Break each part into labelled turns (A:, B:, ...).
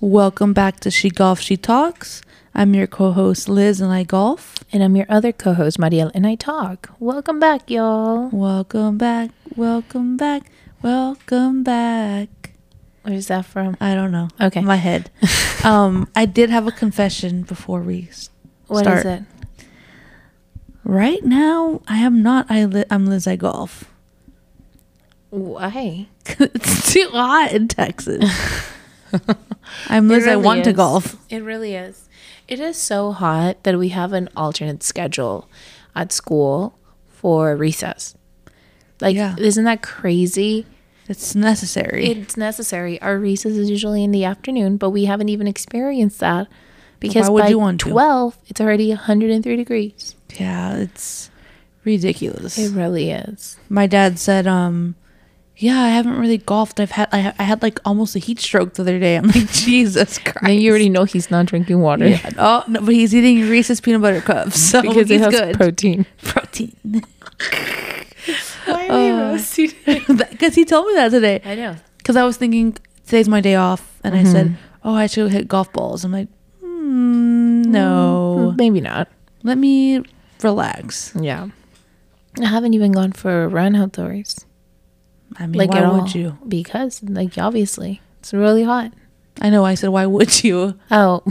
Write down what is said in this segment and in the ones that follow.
A: Welcome back to She Golf, She Talks. I'm your co host, Liz, and I golf.
B: And I'm your other co host, Mariel, and I talk. Welcome back, y'all.
A: Welcome back, welcome back, welcome back.
B: Where's that from?
A: I don't know.
B: Okay.
A: My head. um, I did have a confession before we s-
B: What is
A: start.
B: it?
A: Right now, I am not. I li- I'm Liz. I golf.
B: Why?
A: it's too hot in Texas. I'm
B: It
A: Liz. I
B: really
A: want to
B: is.
A: golf.
B: It really is. It is so hot that we have an alternate schedule at school for recess. Like,
A: Yeah.
B: isn't that crazy?
A: It's necessary.
B: It's necessary. Our recess is usually in the afternoon, but we haven't even experienced that because
A: would
B: by
A: you want to?
B: 12, it's already 103 degrees.
A: yeah, it's ridiculous.
B: It really is.
A: my dad said, um, yeah, I haven't really golfed. I've had I, ha- I had like almost a heat stroke the other day. I'm like, Jesus Christ.
B: And you already know he's not drinking water
A: Yeah. Oh no, but he's eating Reese's peanut butter cups, so
B: because
A: he's
B: it has
A: good.
B: protein.
A: protein.
B: Why
A: Uh, Because he told me that today.
B: I know.
A: Because I was thinking today's my day off, and I said,
B: Mm-hmm.
A: oh, I should hit golf balls. I'm like, mm, no,
B: Maybe not.
A: let me relax.
B: Yeah. I haven't even gone for a run outdoors.
A: I mean,
B: like
A: why
B: at
A: would
B: all.
A: you?
B: Because like obviously it's really hot.
A: I know. I said, why would you?
B: Oh,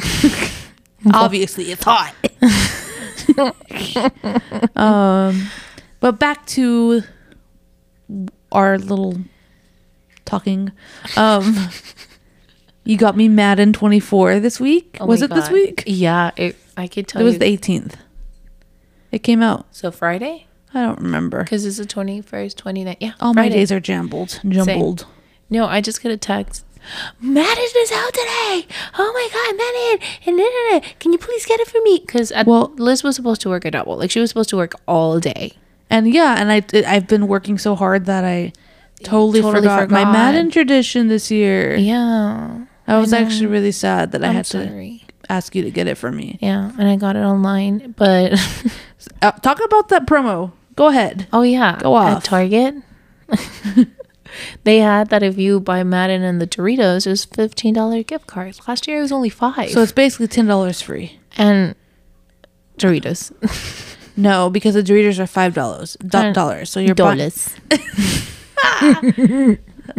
A: obviously it's hot um but back to our little talking um you got me madden 24 this week
B: oh
A: was
B: my
A: it this
B: God.
A: week
B: Yeah, it, I could tell
A: it was
B: you.
A: the 18th it came out
B: so Friday
A: i don't remember
B: because it's the twenty first, 29th. Yeah,
A: all Oh, my
B: Friday.
A: days are jumbled jumbled
B: No, I just got a text. Madden is out today. Oh my god, Madden! And da, da, da. can you please get it for me? Because
A: Well-
B: well, Liz was supposed to work a double. Like she was supposed to work all day.
A: and yeah and i i've been working so hard that i totally,
B: Totally
A: forgot, my
B: forgot.
A: madden tradition this year
B: Yeah,
A: i was actually really sad that i
B: I'm
A: had to
B: sorry.
A: ask you to get it for me.
B: Yeah, and I got it online, but
A: Uh, talk about that promo. Go ahead.
B: oh yeah,
A: Go off.
B: at Target. they had that if you buy Madden and the Doritos, it was fifteen dollar gift cards. Last year it was only five.
A: So it's basically ten dollars free.
B: and Doritos,
A: No, because the Doritos are five dollars.
B: Uh,
A: dollars. So you're buying.
B: dollars.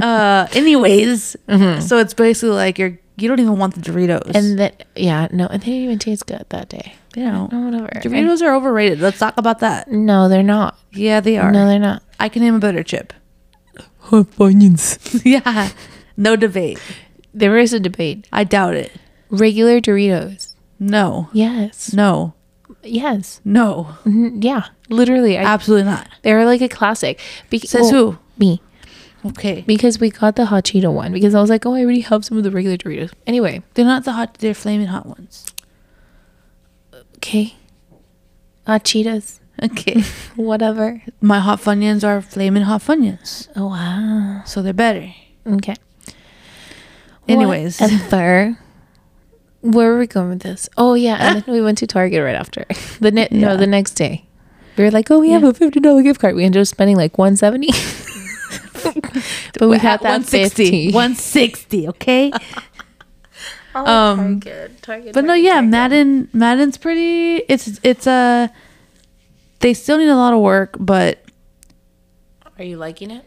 A: Uh, anyways, so it's basically like you're you don't even want the Doritos.
B: And that yeah, no, and they didn't even taste good that day.
A: you know
B: Oh, whatever.
A: Doritos are overrated. Let's talk about that.
B: No, they're not.
A: Yeah, they are.
B: No, they're not.
A: I can name a better chip.
B: Hot onions.
A: yeah, no debate.
B: There is a debate.
A: I doubt it.
B: Regular Doritos.
A: No,
B: Yes.
A: no,
B: Yes.
A: no,
B: Mhm, Yeah. Literally, I,
A: absolutely not.
B: they're like a classic. Be-
A: Says
B: well, Me.
A: who? Okay,
B: Because we got the hot Cheeto one because I was like, oh, I already have some of the regular Doritos. Anyway.
A: they're not the hot. They're flaming hot ones.
B: Okay. Hot Cheetos.
A: Okay.
B: Whatever.
A: My hot funyuns are flaming hot funyuns,
B: Oh, wow.
A: so they're better.
B: Okay.
A: Anyways.
B: Whatever. Where were we going with this? Oh yeah, and then we went to Target right after. The ne-
A: Yeah.
B: no, the next day. We were like, oh, we have a fifty dollar gift card. We ended up spending like one seventy. but we had that
A: 160.
B: fifty.
A: 160, okay? um,
B: Oh, Target, Target.
A: but no, yeah, Madden Madden's pretty it's it's uh, they still need a lot of work, but
B: Are you liking it?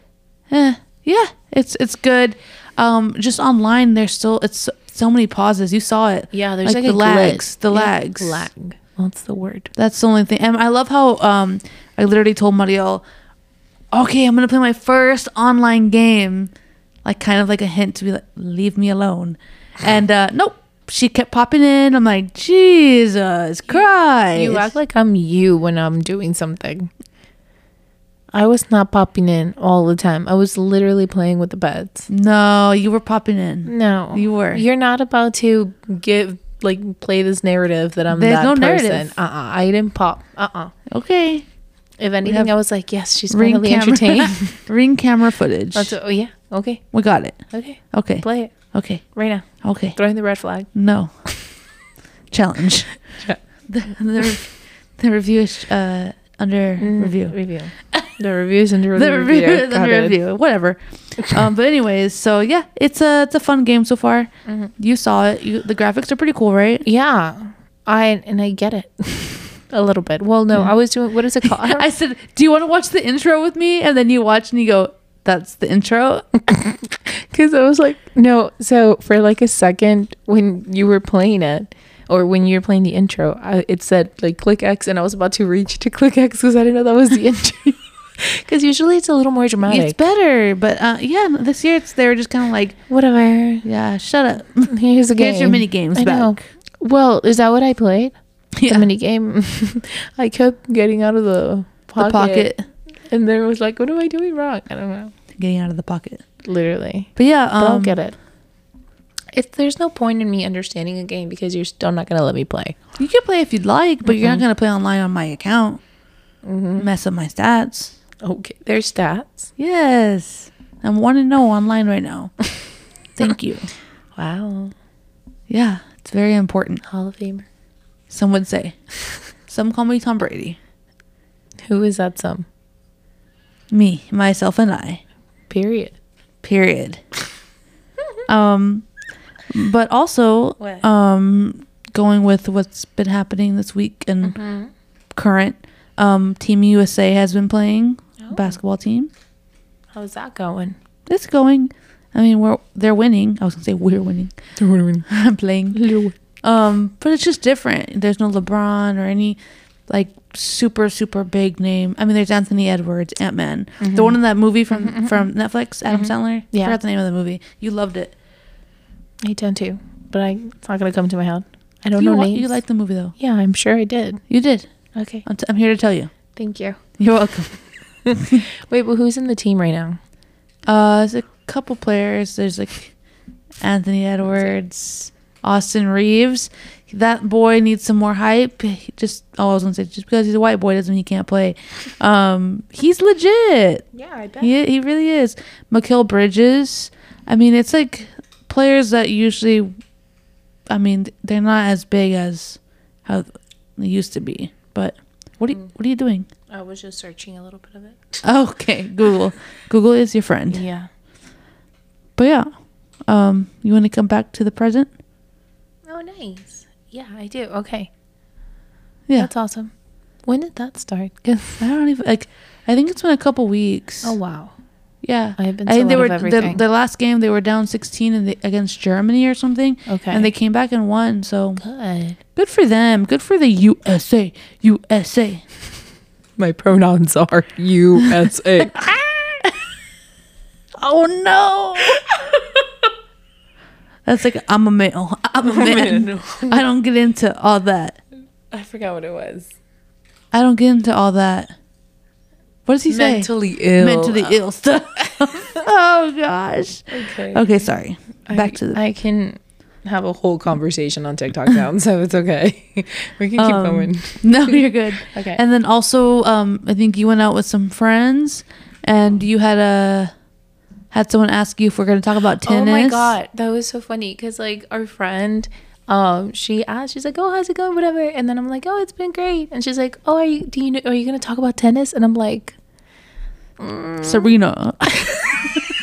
A: eh, yeah, it's it's good. Um just online there's still it's so, so many pauses. You saw it.
B: Yeah, there's like,
A: the
B: a
A: lags,
B: glitch.
A: the
B: Yeah,
A: lags.
B: Lag. That's the word.
A: That's the only thing. And I love how um I literally told Mariel, "Okay, I'm going to play my first online game." Like kind of like a hint to be like, "Leave me alone." And uh nope, she kept popping in. I'm like, "Jesus Christ."
B: You act like I'm you when I'm doing something. I was not popping in all the time. I was literally playing with the beds.
A: No, you were popping in.
B: No,
A: You were.
B: You're not about to give like play this narrative that I'm
A: There's
B: that
A: no narrative.
B: person. Uh uh I didn't pop. Uh uh
A: Okay.
B: If anything,
A: have
B: I was like, yes, she's
A: Ring
B: finally
A: camera.
B: entertained.
A: Ring camera footage.
B: That's oh yeah. Okay.
A: we got it.
B: Okay.
A: Okay.
B: Play it
A: Okay.
B: right now.
A: Okay.
B: Throwing the red flag.
A: No. Challenge.
B: Cha-
A: the, the, re- the review is uh, under review.
B: Mm. Review. The reviews under
A: the review, the review, whatever. um, but anyways, so yeah, it's a it's a fun game so far. You saw it. You, the graphics are pretty cool, right?
B: Yeah, I and I get it a little bit. Well, no, I was doing what is it called? I don't-
A: I said, "Do you want to watch the intro with me?" And then you watch and you go, "That's the intro."
B: Because I was like, no. So for like a second, when you were playing it, or when you were playing the intro, I, it said like click X, and I was about to reach to click X because I didn't know that was the intro. Because usually it's a little more dramatic.
A: It's better, but uh, yeah, no, this year it's they were just kind of like,
B: Whatever.
A: "Yeah, shut up."
B: Here's a game.
A: Here's your mini games
B: I
A: back.
B: know. Well, is that what I played?
A: Yeah,
B: The mini game. I kept getting out of the
A: the
B: pocket,
A: pocket,
B: and then I was like, what am I doing wrong? I don't know.
A: getting out of the pocket.
B: Literally.
A: But yeah, um,
B: I don't get it. If there's no point in me understanding a game because you're still not gonna let me play.
A: you can play if you'd like, but you're not gonna play online on my account.
B: Mm-hmm.
A: Mess up my stats.
B: Okay, there's stats.
A: Yes, I'm one and no online right now. Thank you.
B: Wow,
A: Yeah, it's very important.
B: Hall of Famer.
A: Some would say. Some call me Tom Brady.
B: Who is that? Some
A: Me, myself, and I.
B: period.
A: period um but also
B: What?
A: um going with what's been happening this week
B: Mm-hmm.
A: and current um team usa has been playing
B: Oh.
A: basketball team
B: How's that going?
A: it's going i mean we're they're winning i was gonna say we're winning i'm playing um but it's just different there's no lebron or any like super super big name i mean there's anthony edwards ant-man the
B: Mm-hmm.
A: one in that movie from from netflix adam sandler
B: Yeah.
A: forgot the name of the movie you loved it
B: I don't too, but I, it's not gonna come to my head. I don't
A: you
B: know
A: wa-
B: names.
A: You like the movie though.
B: yeah, I'm sure I did.
A: You did.
B: Okay,
A: I'm, t- I'm here to tell you.
B: thank you.
A: You're welcome.
B: Wait, but who's in the team right now?
A: Uh, there's a couple players. There's like Anthony Edwards, Austin Reeves. That boy needs some more hype. He just oh, I was gonna say just because he's a white boy doesn't mean he can't play. Um, he's legit.
B: Yeah, I bet.
A: He he really is. Mikal Bridges. I mean, it's like players that usually, I mean, they're not as big as how they used to be. But what are you, what are you doing?
B: I was just searching a little bit of it.
A: Okay, Google. Google is your friend.
B: Yeah.
A: But yeah, um, you want to come back to the present?
B: Oh, nice. Yeah, I do. Okay.
A: Yeah,
B: That's awesome. When did that start? 'Cause-
A: I don't even like. I think it's been a couple weeks.
B: oh wow.
A: yeah.
B: I have been
A: I think
B: so
A: they
B: out
A: were
B: of
A: the,
B: everything.
A: the last game they were down 16 in the, against Germany or something.
B: Okay.
A: And they came back and won. So
B: Good.
A: good for them. Good for the USA. USA.
C: My pronouns are USA.
A: Oh no. That's like I'm a male. I'm a man. I don't get into all that.
B: I forgot what it was.
A: I don't get into all that. What does he say?
C: Mentally ill.
A: mentally ill stuff. oh gosh.
C: Okay.
A: Okay, sorry. Back
B: I,
A: to the.
B: I can
C: Have a whole conversation on TikTok now, so it's okay. We can keep
A: Um,
C: going.
A: no, you're good.
B: okay.
A: And then also, um, I think you went out with some friends, and you had a had someone ask you if we're going to talk about tennis.
B: Oh my god, that was so funny because like our friend, um, she asked, she's like, "Oh, how's it going?" Whatever, and then I'm like, "Oh, it's been great," and she's like, "Oh, are you? Do you know? Are you gonna talk about tennis?" And I'm like, Mm.
A: Serena.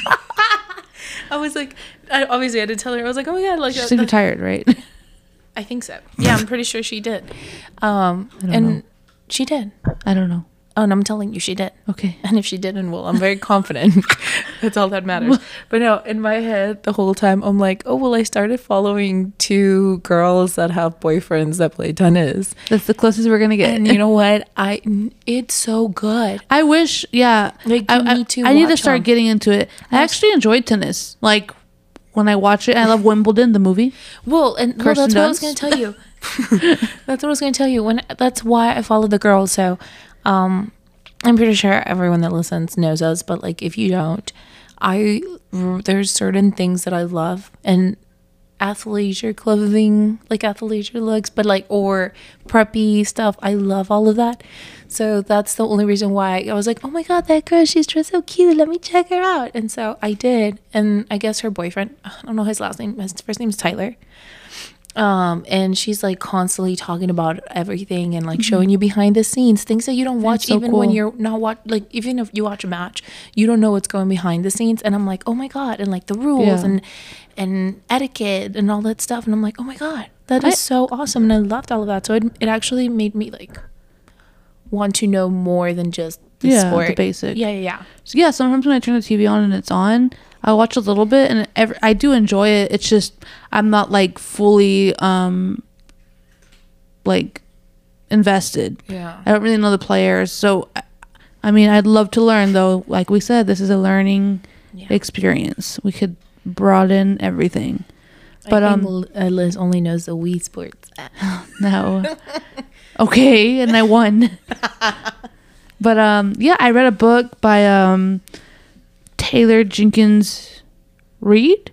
B: I was like, I, obviously I didn't tell her. I was like, "Oh my god, like."
A: She's
B: uh, uh,
A: retired, right?
B: I think so. Yeah, I'm pretty sure she did. Um,
A: don't
B: and
A: know.
B: she did.
A: I don't know.
B: Oh, and I'm telling you, she did.
A: Okay.
B: And if she didn't, well, I'm very confident. That's all that matters. But no, in my head, the whole time, I'm like, oh, well, I started following two girls that have boyfriends that play tennis.
A: That's the closest we're going to get.
B: And you know what? I It's so good.
A: I wish, yeah.
B: Like,
A: I,
B: you
A: I-
B: need to
A: I need to
B: watch
A: start
B: 'em.
A: getting into it. I actually enjoyed tennis. Like, when I watch it, I love Wimbledon, the movie.
B: Well, and well,
A: Kirsten
B: that's what I was going
A: Dunst?
B: to tell you. that's what I was going to tell you. When That's why I follow the girls. So um, I'm pretty sure everyone that listens knows us. But like, if you don't, I there's certain things that I love. And athleisure clothing, like athleisure looks, but like or preppy stuff. I love all of that. So that's the only reason why I was like, oh my god, that girl, she's dressed so cute. Let me check her out. And so I did. And I guess her boyfriend, I don't know his last name. His first name's Tyler. um and she's like constantly talking about everything and like showing you behind the scenes things that you don't watch
A: Mm-hmm. so
B: even when
A: cool.
B: you're not watch like even if you watch a match you don't know what's going behind the scenes and i'm like oh my god and like the rules
A: Yeah.
B: and and etiquette and all that stuff and i'm like oh my god that is
A: I-
B: so awesome and i loved all of that so it, it actually made me like want to know more than just the
A: Yeah, the
B: sport
A: basic.
B: yeah yeah yeah
A: So yeah, sometimes when I turn the TV on and it's on, I watch a little bit and ev I do enjoy it. It's just I'm not like fully um like invested.
C: Yeah.
A: I don't really know the players, so I- I mean, I'd love to learn though. Like we said, this is a learning
B: Yeah.
A: experience. We could broaden everything.
B: but
A: But,
B: um
A: um,
B: liz only knows the wii sports
A: No. okay, and I won. but um yeah, I read a book by um Taylor Jenkins Reid.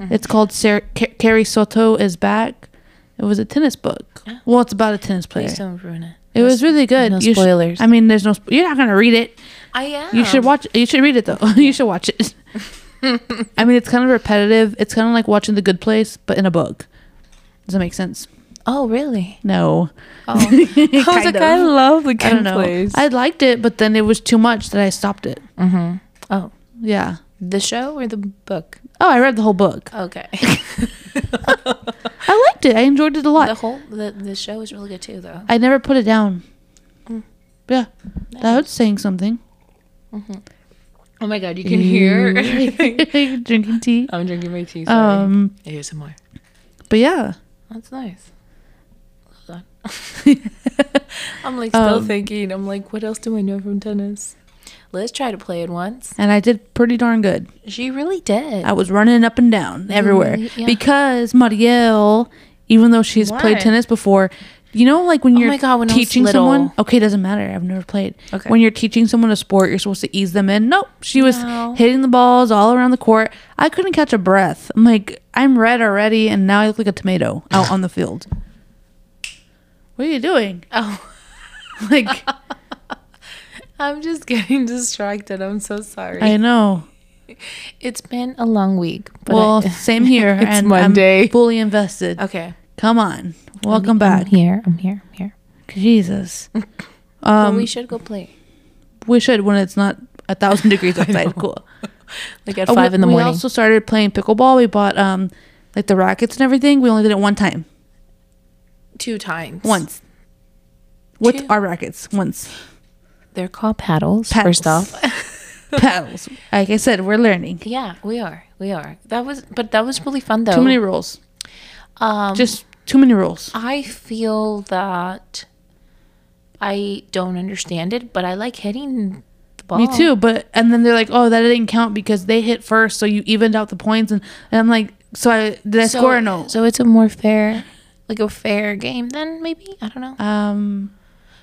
B: Mm-hmm.
A: It's called Sarah, Ca- Carrie Soto is Back. It was a tennis book. Well, it's about a tennis player.
B: Oh. please don't ruin it
A: It was really good.
B: no
A: You sh-
B: spoilers. Oh.
A: I mean, there's no. Sp- you're not gonna read it.
B: i am
A: You should watch. You should read it though. you should watch it. I mean, it's kind of repetitive. It's kind of like watching The Good Place, but in a book. Does that make sense?
B: oh really
A: No.
B: oh
C: I was
A: Kind
C: like,
A: of.
C: I love the
A: I
C: good
A: don't know.
C: place.
A: I liked it, but then it was too much that I stopped it.
B: Mm-hmm. Oh,
A: Yeah.
B: the show or the book?
A: Oh, I read the whole book.
B: Okay.
A: I liked it. I enjoyed it a lot.
B: The whole the, the show is really good too, though.
A: I never put it down.
B: Mm.
A: Yeah. That's saying something.
B: Oh my god, you can hear.
A: Drinking tea.
C: I'm drinking my tea. Oh, Sorry. Um,
A: Um,
C: ASMR.
A: but yeah.
B: That's nice. Hold on. I'm like still
A: Um,
B: thinking. I'm like, what else do I know from tennis? Liz tried to play it once.
A: And I did pretty darn good.
B: She really did.
A: I was running up and down everywhere
B: Mm-hmm. yeah.
A: because Marielle, even though she's played
B: What?
A: tennis before, you know, like when
B: Oh
A: you're
B: my God, when I was
A: teaching
B: little.
A: someone. Okay, it doesn't matter. I've never played.
B: Okay.
A: When you're teaching someone a sport, you're supposed to ease them in. Nope, she was
B: No.
A: hitting the balls all around the court. I couldn't catch a breath. I'm like, I'm red already, and now I look like a tomato out on the field. What are you doing?
B: oh,
A: Like,
B: I'm just getting distracted. I'm so sorry.
A: I know.
B: it's been a long week. But
A: well,
B: I-
A: same here.
C: It's
A: and
C: Monday.
A: I'm fully invested.
B: okay. Um,
A: Come on, welcome
B: I'm-
A: back.
B: I'm here. I'm here. I'm here.
A: Jesus. Um,
B: But we should go play.
A: we should when it's not a thousand degrees outside. Cool.
B: Like at
A: Oh,
B: five
A: we,
B: in the
A: we
B: morning.
A: also started playing pickleball. We bought um like the rackets and everything. We only did it one time.
B: Two times.
A: Once. With
B: Two.
A: our rackets. Once.
B: They're called paddles, first
A: Paddles.
B: off.
A: Paddles. Like I said, we're learning.
B: Yeah, we are. We are. That was but that was really fun though.
A: Too many rules.
B: um
A: Just too many rules.
B: I feel that I don't understand it, but I like hitting the ball.
A: Me too. But and then they're like, oh, that didn't count because they hit first, so you evened out the points. And, and I'm like, so I did I
B: So,
A: score or no?
B: So it's a more fair like a fair game then maybe? I don't know.
A: um,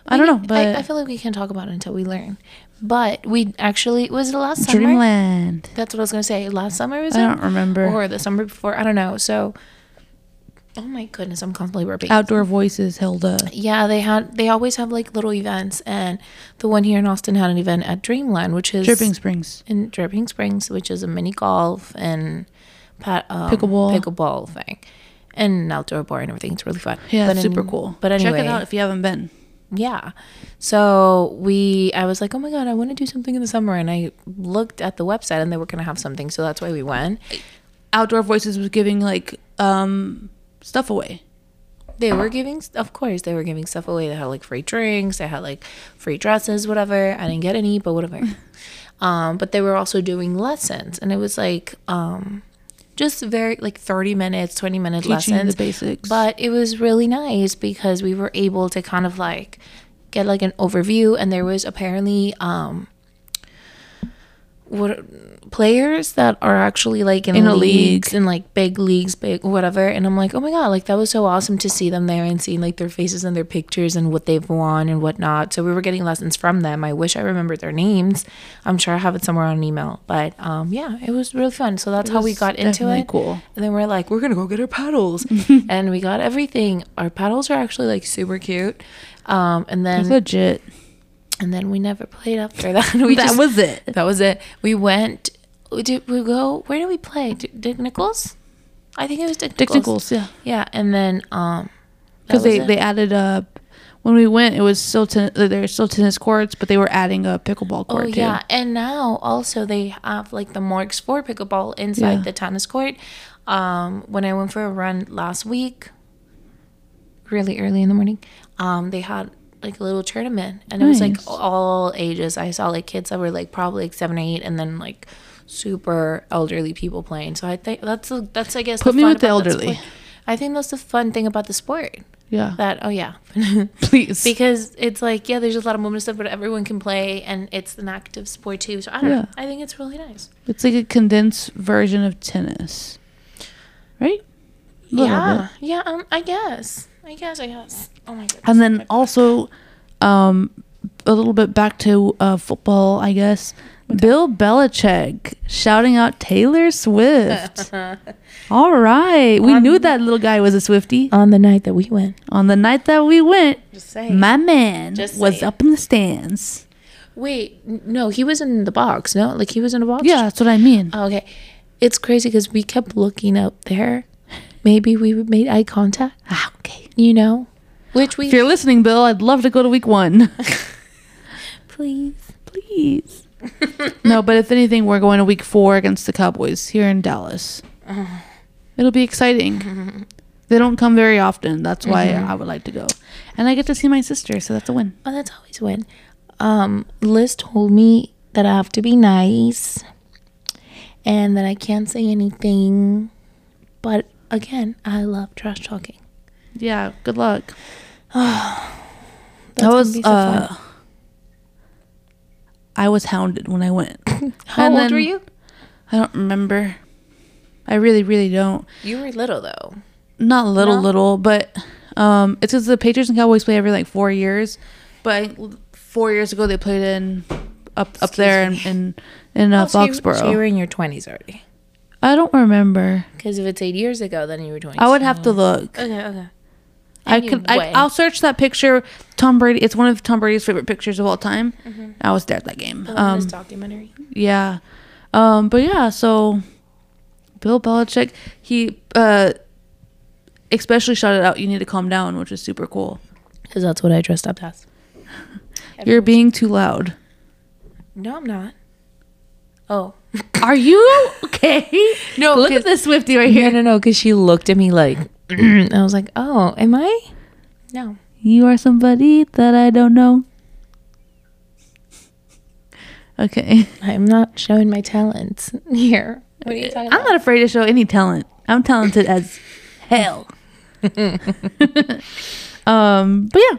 A: I don't know. But
B: I, I feel like we can't talk about it until we learn. But we actually was it last summer?
A: Dreamland.
B: That's what I was gonna say. Last summer was
A: I
B: it?
A: don't remember.
B: Or the summer before. I don't know. So Oh my goodness, I'm constantly burping.
A: Outdoor Voices, Hilda.
B: Yeah, they had they always have like little events and the one here in Austin had an event at Dreamland, which is
A: Dripping Springs.
B: in Dripping Springs, which is a mini golf and pat, um,
A: Pickleball.
B: pickleball thing. And an outdoor bar and everything. It's really fun.
A: Yeah,
B: But
A: it's super
B: in-
A: cool.
B: But anyway,
A: check it out if you haven't been.
B: yeah. So we, I was like, oh my God, I want to do something in the summer. And I looked at the website and they were going to have something. So that's why we went.
A: Outdoor Voices was giving like um stuff away.
B: They were giving, of course, they were giving stuff away. They had like free drinks, they had like free dresses, whatever. I didn't get any, but whatever. um, but they were also doing lessons, and it was like um, just very like thirty minutes, twenty minute
A: Teaching
B: lessons,
A: the basics.
B: But it was really nice because we were able to kind of like get like an overview, and there was apparently um, what players that are actually like in,
A: In a
B: leagues
A: league.
B: in like big leagues big whatever and i'm like oh my god like that was so awesome to see them there and seeing like their faces and their pictures and what they've won and whatnot so we were getting lessons from them i wish i remembered their names i'm sure i have it somewhere on email but um yeah it was really fun so that's how we
A: was
B: got into
A: definitely
B: it
A: cool.
B: and then we're like we're gonna go get our paddles and we got everything our paddles are actually like super cute um and
A: It's
B: then
A: legit.
B: and then we never played after that we
A: that
B: just-
A: was it.
B: that was it. We went. Did we go? Where did we play? Did, did Nichols? I think it was Dick Nichols.
A: Dicknicles, yeah.
B: Yeah, and then um, that
A: Because
B: was
A: they,
B: it.
A: they added up when we went, it was still ten, there were still tennis courts, but they were adding a pickleball
B: Oh
A: court too.
B: yeah, and now also they have like the marks for pickleball inside
A: Yeah.
B: the tennis court. Um, when I went for a run last week, really early in the morning, um, they had like a little tournament, and it was like
A: Nice.
B: all ages. I saw like kids that were like probably like seven or eight, and then like super elderly people playing. So I think that's the- that's I guess
A: Put me
B: fun
A: with the
B: about that
A: elderly.
B: sport. I think that's the fun thing about the sport.
A: Yeah.
B: That oh yeah.
A: Please.
B: because it's like yeah there's a lot of movement stuff but everyone can play and it's an active sport too so i don't
A: Yeah.
B: know i think it's really nice
A: it's like a condensed version of tennis. Right? A little
B: yeah
A: bit.
B: yeah um, i guess i guess i guess oh my god
A: And then also um a little bit back to uh football, I guess. Bill Belichick shouting out Taylor Swift. All right. We knew
B: Um,
A: that little guy was a Swifty.
B: on the night that we went
A: On the night that we went,
B: just saying
A: my man
B: Just
A: was
B: saying.
A: up in the stands.
B: wait n- no he was in the box no like he was in a box
A: Yeah, that's what I mean.
B: oh, okay it's crazy because we kept looking up there maybe we would made eye contact
A: ah, okay.
B: you know which we
A: If you're listening, Bill, I'd love to go to week one.
B: please
A: Please. no, but if anything, we're going to week four against the Cowboys here in Dallas. It'll be exciting. They don't come very often. That's why I would like to go. And I get to see my sister, so that's a win.
B: Oh, that's always a win. Um, Liz told me that I have to be nice and that I can't say anything. But again, I love trash talking.
A: Yeah, good luck.
B: That's
A: I was
B: gonna be so
A: uh,
B: fun.
A: I was hounded when I went.
B: How
A: and
B: old
A: then-
B: were you?
A: I don't remember. I really, really don't.
B: You were little though.
A: Not little,
B: No?
A: little, but um, it's because the Patriots and Cowboys play every like four years. But I- four years ago, they played in up up there in in, in
B: Oh,
A: uh, Foxborough.
C: So you were in your 20s already.
A: I don't remember.
B: Because if it's eight years ago, then you were Um, 20.
A: I would have to look.
B: Okay, okay.
A: I could. I,
B: Oh. Anyway.
A: I'll search that picture. Tom Brady. It's one of Tom Brady's favorite pictures of all time.
B: Mm-hmm.
A: I was there at that game.
B: Um,
A: Um,
B: this documentary.
A: Yeah. Um, but yeah, so Bill Belichick, he uh especially shouted out you need to calm down, which is super cool.
B: Because that's what I dressed up as.
A: You're being too loud.
B: No, I'm not. Oh.
A: Are you okay?
B: No,
A: look at
B: 'cause-
A: this Swifty right here.
B: No, no, no. Because she looked at me like, I was like, oh, am I? No.
A: You are somebody that I don't know. Okay.
B: I'm not showing my talents here. What are you talking
A: I'm not afraid to show any talent. I'm talented as hell. um, but yeah.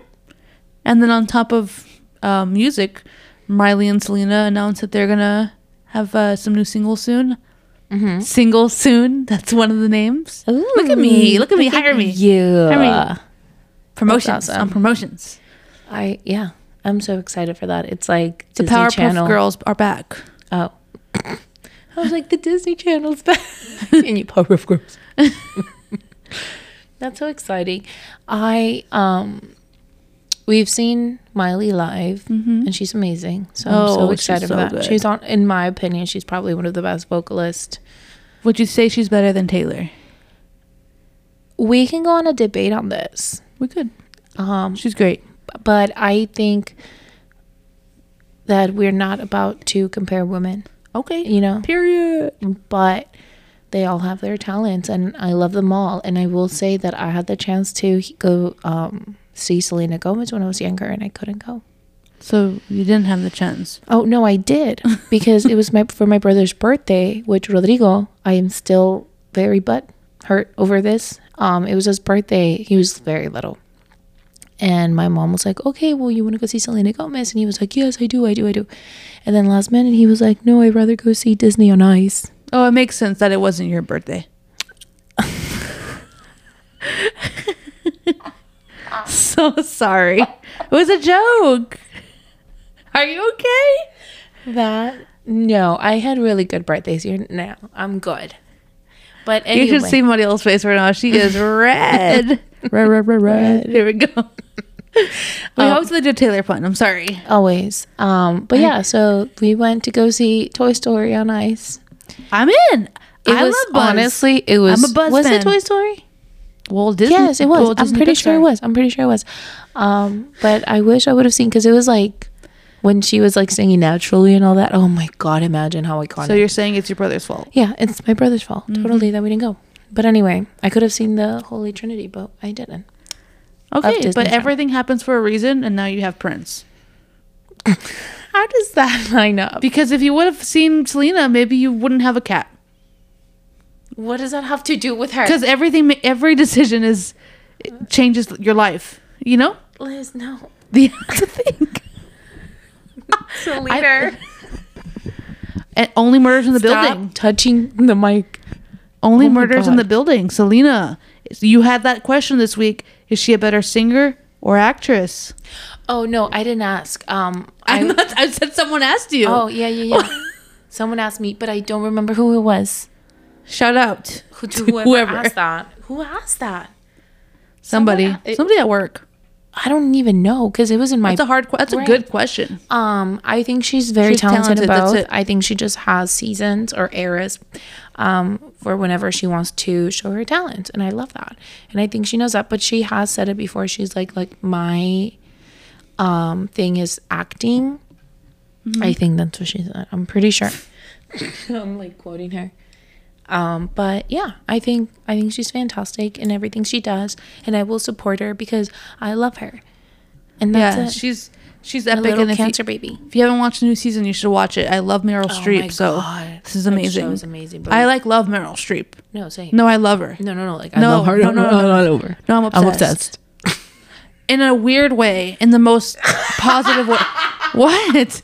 A: And then on top of um, music, Miley and Selena announced that they're gonna have uh, some new singles soon. Mm-hmm. Single soon. That's one of the names. Look at me. Look at me. Hire me.
B: You.
A: Hire me. Promotions.
B: awesome.
A: On promotions.
B: I yeah. I'm so excited for that. It's like
A: The
B: Disney
A: Powerpuff
B: Channel.
A: Girls are back.
B: Oh. I was like the Disney Channel's back. and you Powerpuff Girls. That's so exciting. I um we've seen Miley live and she's amazing. So I'm
A: Oh,
B: so
A: she's
B: excited
A: so
B: for that.
A: good.
B: Mm-hmm. She's on in my opinion, she's probably one of the best vocalists
A: Would you say she's better than Taylor?
B: we can go on a debate on this
A: We could.
B: um
A: She's great.
B: but i think that we're not about to compare women
A: Okay.
B: you know
A: Period.
B: but they all have their talents and i love them all and i will say that i had the chance to he- go um see selena gomez when i was younger and i couldn't go
A: So you didn't have the chance.
B: oh no i did because it was my for my brother's birthday which rodrigo i am still very butt hurt over this um it was his birthday he was very little And my mom was like, okay, well, you want to go see Selena Gomez? And he was like, yes, I do, I do, I do. And then last minute, he was like, no, I'd rather go see Disney on Ice.
A: Oh, it makes sense that it wasn't your birthday. so sorry. It was a joke. Are you okay?
B: That, no, I had really good birthdays here now. I'm good. But
A: You
B: anyway,
A: should see Mariel's face right now. She is red. red, red, red, red. Here we go.
B: Um,
A: We always do Taylor pun. I'm sorry.
B: always. Um, but yeah, so we went to go see Toy Story on Ice.
A: I'm in.
B: It
A: I
B: was
A: love Buzz.
B: honestly, it was.
A: I'm a Buzz
B: was
A: fan.
B: it Toy Story?
A: Walt Disney.
B: yes, it was.
A: Walt
B: I'm
A: Disney
B: pretty sure it
A: Pixar.
B: was. I'm pretty sure it was. Um, but I wish I would have seen because it was like when she was like singing naturally and all that. Oh my god! Imagine how iconic.
A: So you're Mm-hmm. saying it's your brother's fault?
B: yeah, it's my brother's fault totally that we didn't go. But anyway, I could have seen the Holy Trinity, but I didn't.
A: Okay,
B: Disney
A: but
B: Channel.
A: everything happens for a reason, and now you have Prince.
B: How does that line up?
A: Because if you would have seen Selena, maybe you wouldn't have a cat.
B: what does that have to do with her?
A: Because everything, ma- every decision is it changes your life. You know,
B: Liz, no.
A: the the thing,
B: Selena.
A: and only murders in the
B: Stop
A: building.
B: touching the mic.
A: Only
B: Oh my
A: murders in
B: God.
A: the building. Selena, you had that question this week. Is she a better singer or actress?
B: Oh no, I didn't ask. Um, I,
A: I'm not, I said someone asked you.
B: oh yeah, yeah, yeah. Someone asked me, but I don't remember who it was.
A: shout out
B: Who,
A: to
B: to whoever, asked that? Who asked that?
A: Somebody,
B: Someone a-
A: somebody at work.
B: I don't even know because it was in my.
A: That's a hard. que- That's a
B: Right.
A: good question.
B: um, I think she's very
A: She's
B: talented,
A: talented,
B: in
A: that's it.
B: both. I think she just has seasons or eras, um, for whenever she wants to show her talent, and I love that. And I think she knows that, but she has said it before. She's like, like my, um, thing is acting. I think that's what she said. I'm pretty sure. I'm like quoting her. Um, but yeah, I think I think she's fantastic in everything she does, and I will support her because I love her. And that's
A: yeah,
B: it.
A: she's she's
B: a
A: epic.
B: little
A: And if you,
B: cancer baby.
A: if you haven't watched the new season, you should watch it. I love Meryl
B: Oh
A: Streep.
B: my
A: So
B: God.
A: this is
B: That show
A: amazing.
B: is amazing, but-
A: I like love Meryl Streep.
B: No, same.
A: No, I love her.
B: no, no, no. Like
A: No,
B: I love her.
A: no,
B: No,
A: no,
B: no,
A: no, no.
B: over.
A: No, I'm obsessed.
B: I'm obsessed.
A: In a weird way, in the most positive way. What?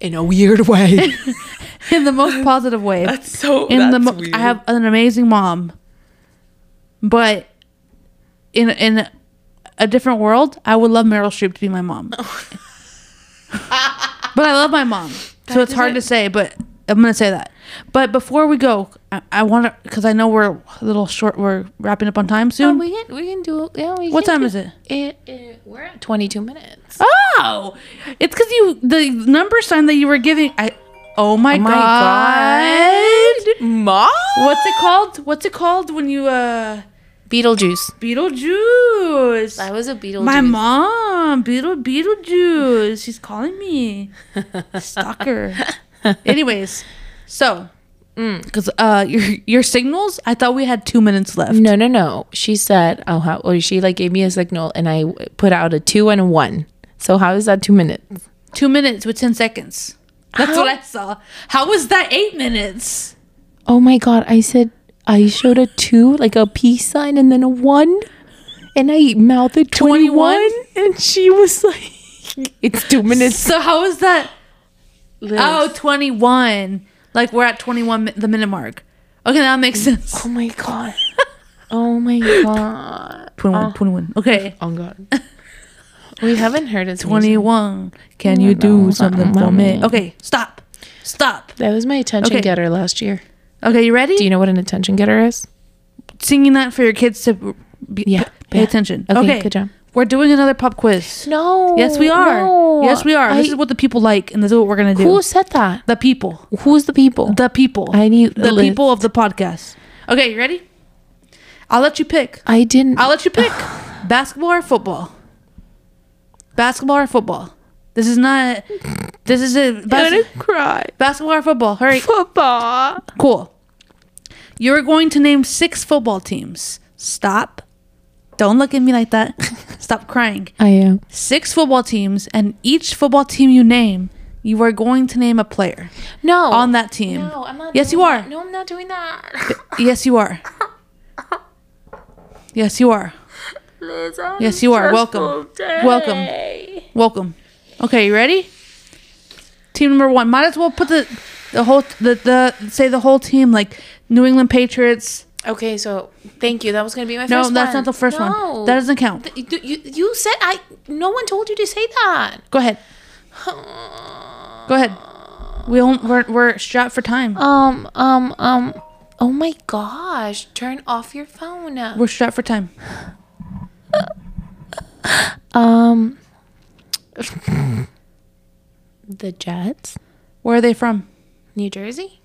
C: in a weird way.
A: In the most positive way.
C: so
A: in the mo- I have an amazing mom, but in in a different world, I would love Meryl Streep to be my mom.
B: Oh.
A: but I love my mom, so it's hard to say. But I'm gonna say that. But before we go, I, I want to because I know we're a little short. We're wrapping up on time
B: No,
A: soon.
B: we can we can do yeah. We
A: what
B: can
A: time
B: do-
A: is it?
B: It, it? We're at 22 minutes.
A: Oh, it's because you the number sign that you were giving. I oh my,
B: my
A: god.
C: mom.
A: What's it called? What's it called when you uh
B: Beetlejuice.
A: Beetlejuice?
B: I was a Beetlejuice.
A: My mom, Beetle Beetlejuice. She's calling me. Stalker. Anyways, so because uh your your signals, I thought we had two minutes left.
B: No, no, no. She said, "Oh, how?" Or she like gave me a signal, and I w- put out a two and a one. So how is that two minutes?
A: Two minutes with ten seconds. That's
B: How-
A: what I saw. How was that eight minutes?
B: Oh my god! I said I showed a two, like a peace sign, and then a one, and I mouthed
A: 21?
B: 21, and she was like, "It's two minutes."
A: So how was that? Oh,
B: Oh,
A: 21. Like we're at 21 mi- the minute mark. Okay, that makes sense.
B: oh my god! Oh my god!
A: 21, 21. Uh, Okay.
B: Oh god. We haven't heard it.
A: 21. Can you do something for me? Okay, stop. Stop.
B: That was my attention
A: Okay.
B: getter last year.
A: Okay, you ready?
B: Do you know what an attention getter is?
A: Singing that for your kids to be,
B: Yeah,
A: pay
B: yeah.
A: attention.
B: Okay,
A: Okay,
B: good job.
A: We're doing another pop quiz.
B: No.
A: Yes, we are. Yes, we are.
B: I-
A: this is what the people like, and this is what we're going to do.
B: who said that?
A: the people?
B: Who's the people?
A: The people.
B: I need
A: the
B: a list.
A: people of the podcast. Okay, you ready? I'll let you pick.
B: I didn't.
A: I'll let you pick basketball or football. Basketball or football. This is not. This is a bas-
B: cry.
A: basketball or football. Hurry,
B: Football.
A: cool. You're going to name six football teams. Stop. Don't look at me like that. Stop crying.
B: I am.
A: Six football teams, and each football team you name, you are going to name a player
B: No.
A: on that team.
B: No, I'm not.
A: Yes,
B: doing
A: you are.
B: that. No, I'm not doing that.
A: Yes, you are. Yes, you are.
B: Liz, I'm
A: Yes, you are.
B: stressful
A: Welcome.
B: today.
A: Welcome. Welcome. Okay, you ready? Team number one. Might as well put the the whole the, the say the whole team like New England Patriots.
B: Okay, so thank you. That was gonna be my
A: No,
B: first.
A: that's
B: one.
A: not the first
B: No.
A: one. That doesn't count.
B: Th- You, you, you said I. No one told you to say that.
A: Go ahead. Go ahead. We will we're we're strapped for time.
B: Um, um, um. Oh my gosh! Turn off your phone.
A: We're strapped for time.
B: Um, the Jets,
A: Where are they from?
B: New Jersey.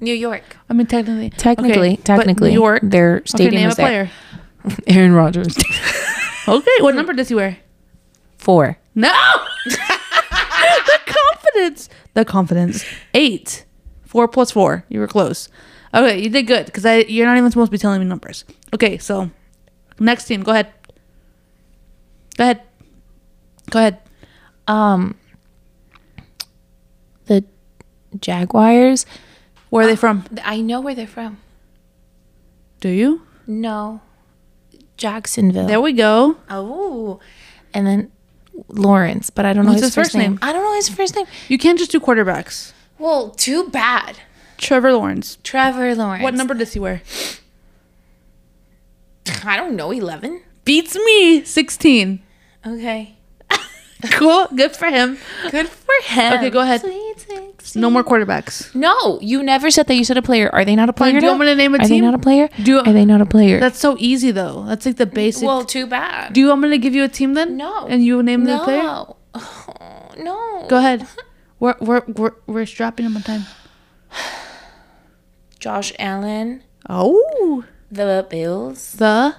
B: New York.
A: I mean, technically,
B: Technically,
A: Okay, but
B: technically,
A: New York.
B: Their
A: Okay,
B: stadium
A: name a
B: is there.
A: player.
B: Aaron Rodgers.
A: Okay, what number does he wear?
B: Four.
A: No. the confidence. The confidence. Eight. Four plus four. You were close. Okay, you did good because I you're not even supposed to be telling me numbers. Okay, so next team. Go ahead. Go ahead. Go ahead.
B: Um, the Jaguars.
A: Where
B: Ah.
A: are they from?
B: I know where they're from.
A: Do you?
B: No, Jacksonville.
A: There we go.
B: oh, and then Lawrence, but I don't know
A: What's
B: his, first, name.
A: name?
B: I don't know his first name.
A: You can't just do quarterbacks.
B: Well, too bad.
A: Trevor Lawrence.
B: Trevor Lawrence.
A: What number does he wear?
B: I don't know. Eleven.
A: Beats me. Sixteen.
B: Okay.
A: Cool. Good for him.
B: Good for him.
A: Okay, go ahead.
B: Sweet 16.
A: No more quarterbacks.
B: No, you never said that you said a player. Are they not a player?
A: Fine, do you
B: now?
A: want me to name a
B: Are they
A: team?
B: not a player?
A: Do you-
B: Are they not a player?
A: That's so easy though. That's like the basic.
B: well, too bad.
A: Do you want me to give you a team then?
B: no.
A: And you name
B: no.
A: the player?
B: Oh, no.
A: Go ahead. We're we're we're, we're strapping him on time.
B: Josh Allen,
A: Oh,
B: the Bills,
A: the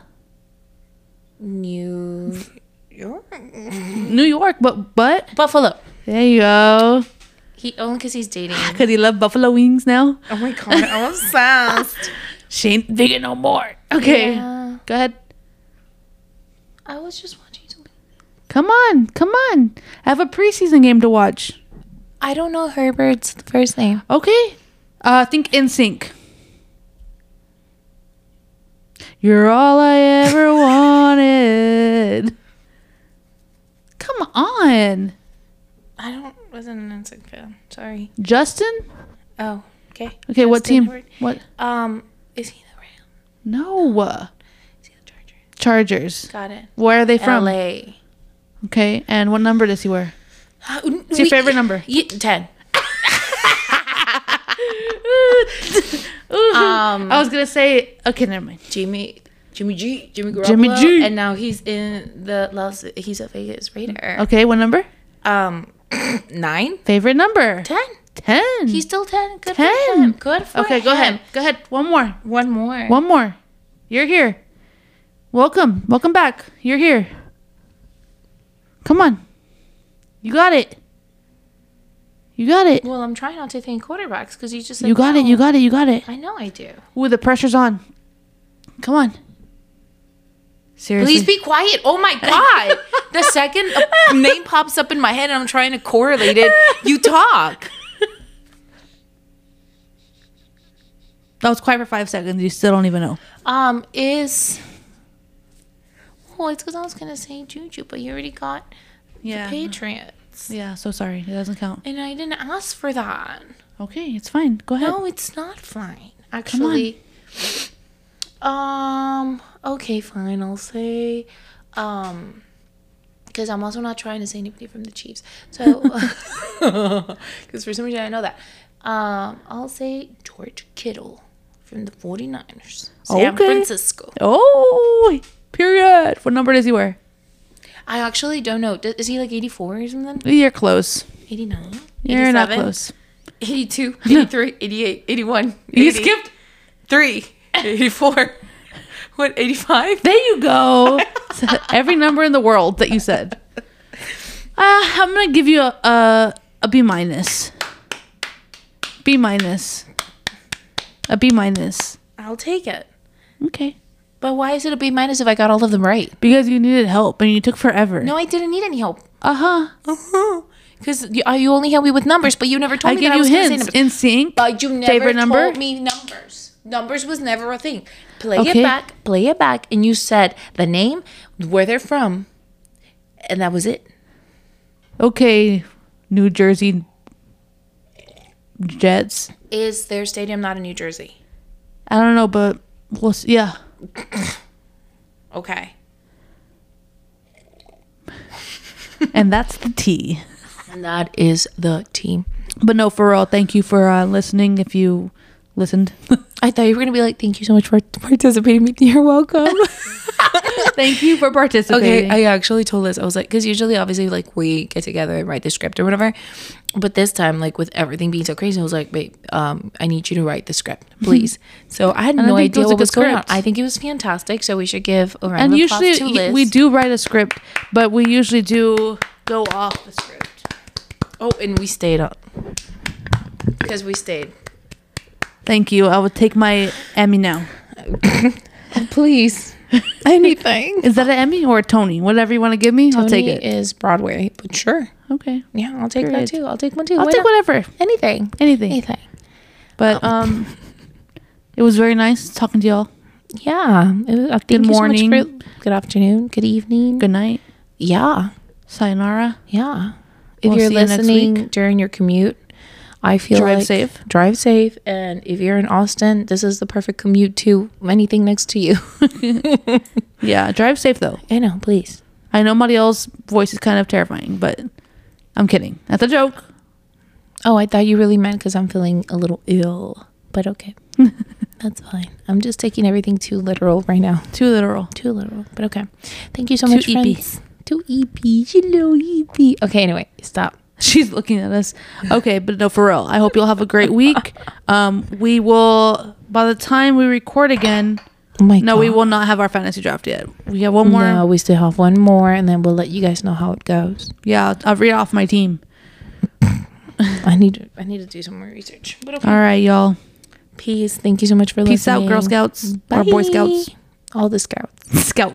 B: New
A: New York, but but
B: Buffalo.
A: there you go.
B: He only because he's dating.
A: Cause he love buffalo wings now.
C: Oh my god, I'm obsessed.
A: She ain't vegan no more. Okay,
B: Yeah.
A: go ahead.
B: I was just watching something.
A: Come on, come on. I have a preseason game to watch.
B: I don't know Herbert's first name.
A: Okay. Uh, think in sync. You're all I ever wanted. Come on,
B: I don't wasn't an insect fan. Sorry.
A: Justin.
B: Oh, okay.
A: Okay, what
B: Justin
A: team?
B: Herbert.
A: What?
B: Um, is he the Ram?
A: No. uh,
B: Is he the Charger?
A: Chargers.
B: Got it.
A: Where are they from?
B: LA.
A: Okay, and what number does he wear?
B: What's
A: your favorite number?
B: ten.
A: um, I was gonna say. Okay, never mind.
B: Jimmy, Jimmy G, Jimmy Garoppolo,
A: Jimmy G.
B: and now he's in the Las. He's a Vegas Raider.
A: Okay, what number?
B: Um, nine,
A: Favorite number?
B: ten.
A: Ten.
B: He's still ten. Good for
A: 10.
B: him. Good for
A: okay,
B: him.
A: go ahead. Go ahead. One more.
B: One more.
A: One more. You're here. Welcome. Welcome back. You're here. Come on. You got it. You got it.
B: Well, I'm trying not to think quarterbacks because you just said
A: You got it.
B: no.
A: You got it. You got it.
B: I know I do.
A: Ooh, the pressure's on. Come on. Seriously.
B: Please be quiet. Oh my god! the second a name pops up in my head and I'm trying to correlate it, you talk.
A: That was quiet for five seconds. You still don't even know.
B: Um, is oh, it's because I was gonna say Juju, but you already got
A: Yeah.
B: Patriots,
A: Yeah. So sorry. It doesn't count.
B: and I didn't ask for that.
A: Okay. It's fine. Go ahead.
B: No, it's not fine. Actually, um, okay, fine. I'll say, um, because I'm also not trying to say anybody from the Chiefs. So, because for some reason I know that. Um, I'll say George Kittle from the 49ers, San
A: Okay.
B: Francisco.
A: Oh. Period. What number does he wear?
B: I actually don't know. Does- Is he like 84 or something?
A: You're close.
B: 89?
A: You're not
B: 87?
A: close.
B: 82, 83, 88, 81.
A: You
B: 80.
A: skipped.
B: 3, 84. What, 85?
A: There you go. Every number in the world that you said. Uh, I'm gonna give you a a, a B minus. B minus. A B minus.
B: I'll take it.
A: Okay.
B: But why is it a B minus if I got all of them right?
A: Because you needed help and you took forever.
B: No, I didn't need any help.
A: Uh huh.
B: Because you, uh, you only helped me with numbers, but you never told
A: I
B: me that
A: gave
B: I
A: you
B: was going to say
A: hints.
B: numbers.
A: In sync.
B: but you never
A: Favorite
B: told
A: number?
B: me numbers. Numbers was never a thing. Play
A: Okay.
B: it back, play it back, and you said the name, where they're from, and that was it.
A: Okay. New Jersey Jets.
B: Is their stadium not in New Jersey?
A: I don't know, but we'll see. yeah.
B: Okay.
A: And that's the T.
B: And that is the team.
A: But no, for real. Thank you for uh, listening. If you listened.
B: I thought you were gonna be like, "Thank you so much for participating. You're welcome."
A: Thank you for participating.
B: Okay, I actually told Liz, I was like, because usually, obviously, like we get together and write the script or whatever. But this time, like with everything being so crazy, I was like, babe, um, I need you to write the script, please. so I had
A: I
B: no
A: think it
B: idea
A: was a
B: what
A: good
B: was going on.
A: script.
B: I think it was fantastic. So we should give a round
A: and
B: of
A: usually
B: applause to Liz.
A: we do write a script, but we usually do go off the script.
B: Oh, and we stayed up because we stayed.
A: Thank you. I will take my Emmy now.
B: Please,
C: Anything.
A: Is that an Emmy or a Tony? Whatever you want to give me, I'll take it.
B: Is Broadway, but sure.
A: Okay.
B: Yeah, I'll take
A: Period.
B: that too. I'll take one too.
A: I'll
B: Why
A: take
B: not?
A: whatever.
B: Anything.
A: Anything.
B: Anything.
A: But um it was very nice talking to y'all.
B: Yeah. It- uh, Thank you so much
A: morning.
B: for- good afternoon. Good evening.
A: Good night.
B: Yeah.
A: Sayonara.
B: Yeah. If
A: We'll
B: you're
A: see you next
B: listening
A: week.
B: during your commute, I feel
A: Drive
B: like-
A: safe.
B: Drive safe. And if you're in Austin, this is the perfect commute to anything next to you.
A: Yeah, drive safe though.
B: I know, please.
A: I know Mariel's voice is kind of terrifying, but I'm kidding. That's a joke.
B: Oh, I thought you really meant because I'm feeling a little ill, but okay. That's fine. I'm just taking everything too literal right now.
A: Too literal.
B: Too literal, but okay. Thank you so
A: Too
B: much,
A: EP.
B: friends. Too EP. Hello, EP. Okay, anyway, stop.
A: She's looking at us. Okay, but no, for real. I hope you'll have a great week. Um, we will. By the time we record again,
B: Oh my
A: no, we
B: God.
A: will not have our fantasy draft yet. We have one more.
B: No, we still have one more, and then we'll let you guys know how it goes.
A: Yeah, I'll, I'll read off my team.
B: I need to, I need to do some more research. But okay.
A: All right, y'all.
B: Peace. Thank you so much for
A: Peace
B: listening.
A: out, Girl Scouts or Boy Scouts.
B: All the scouts.
A: Scout.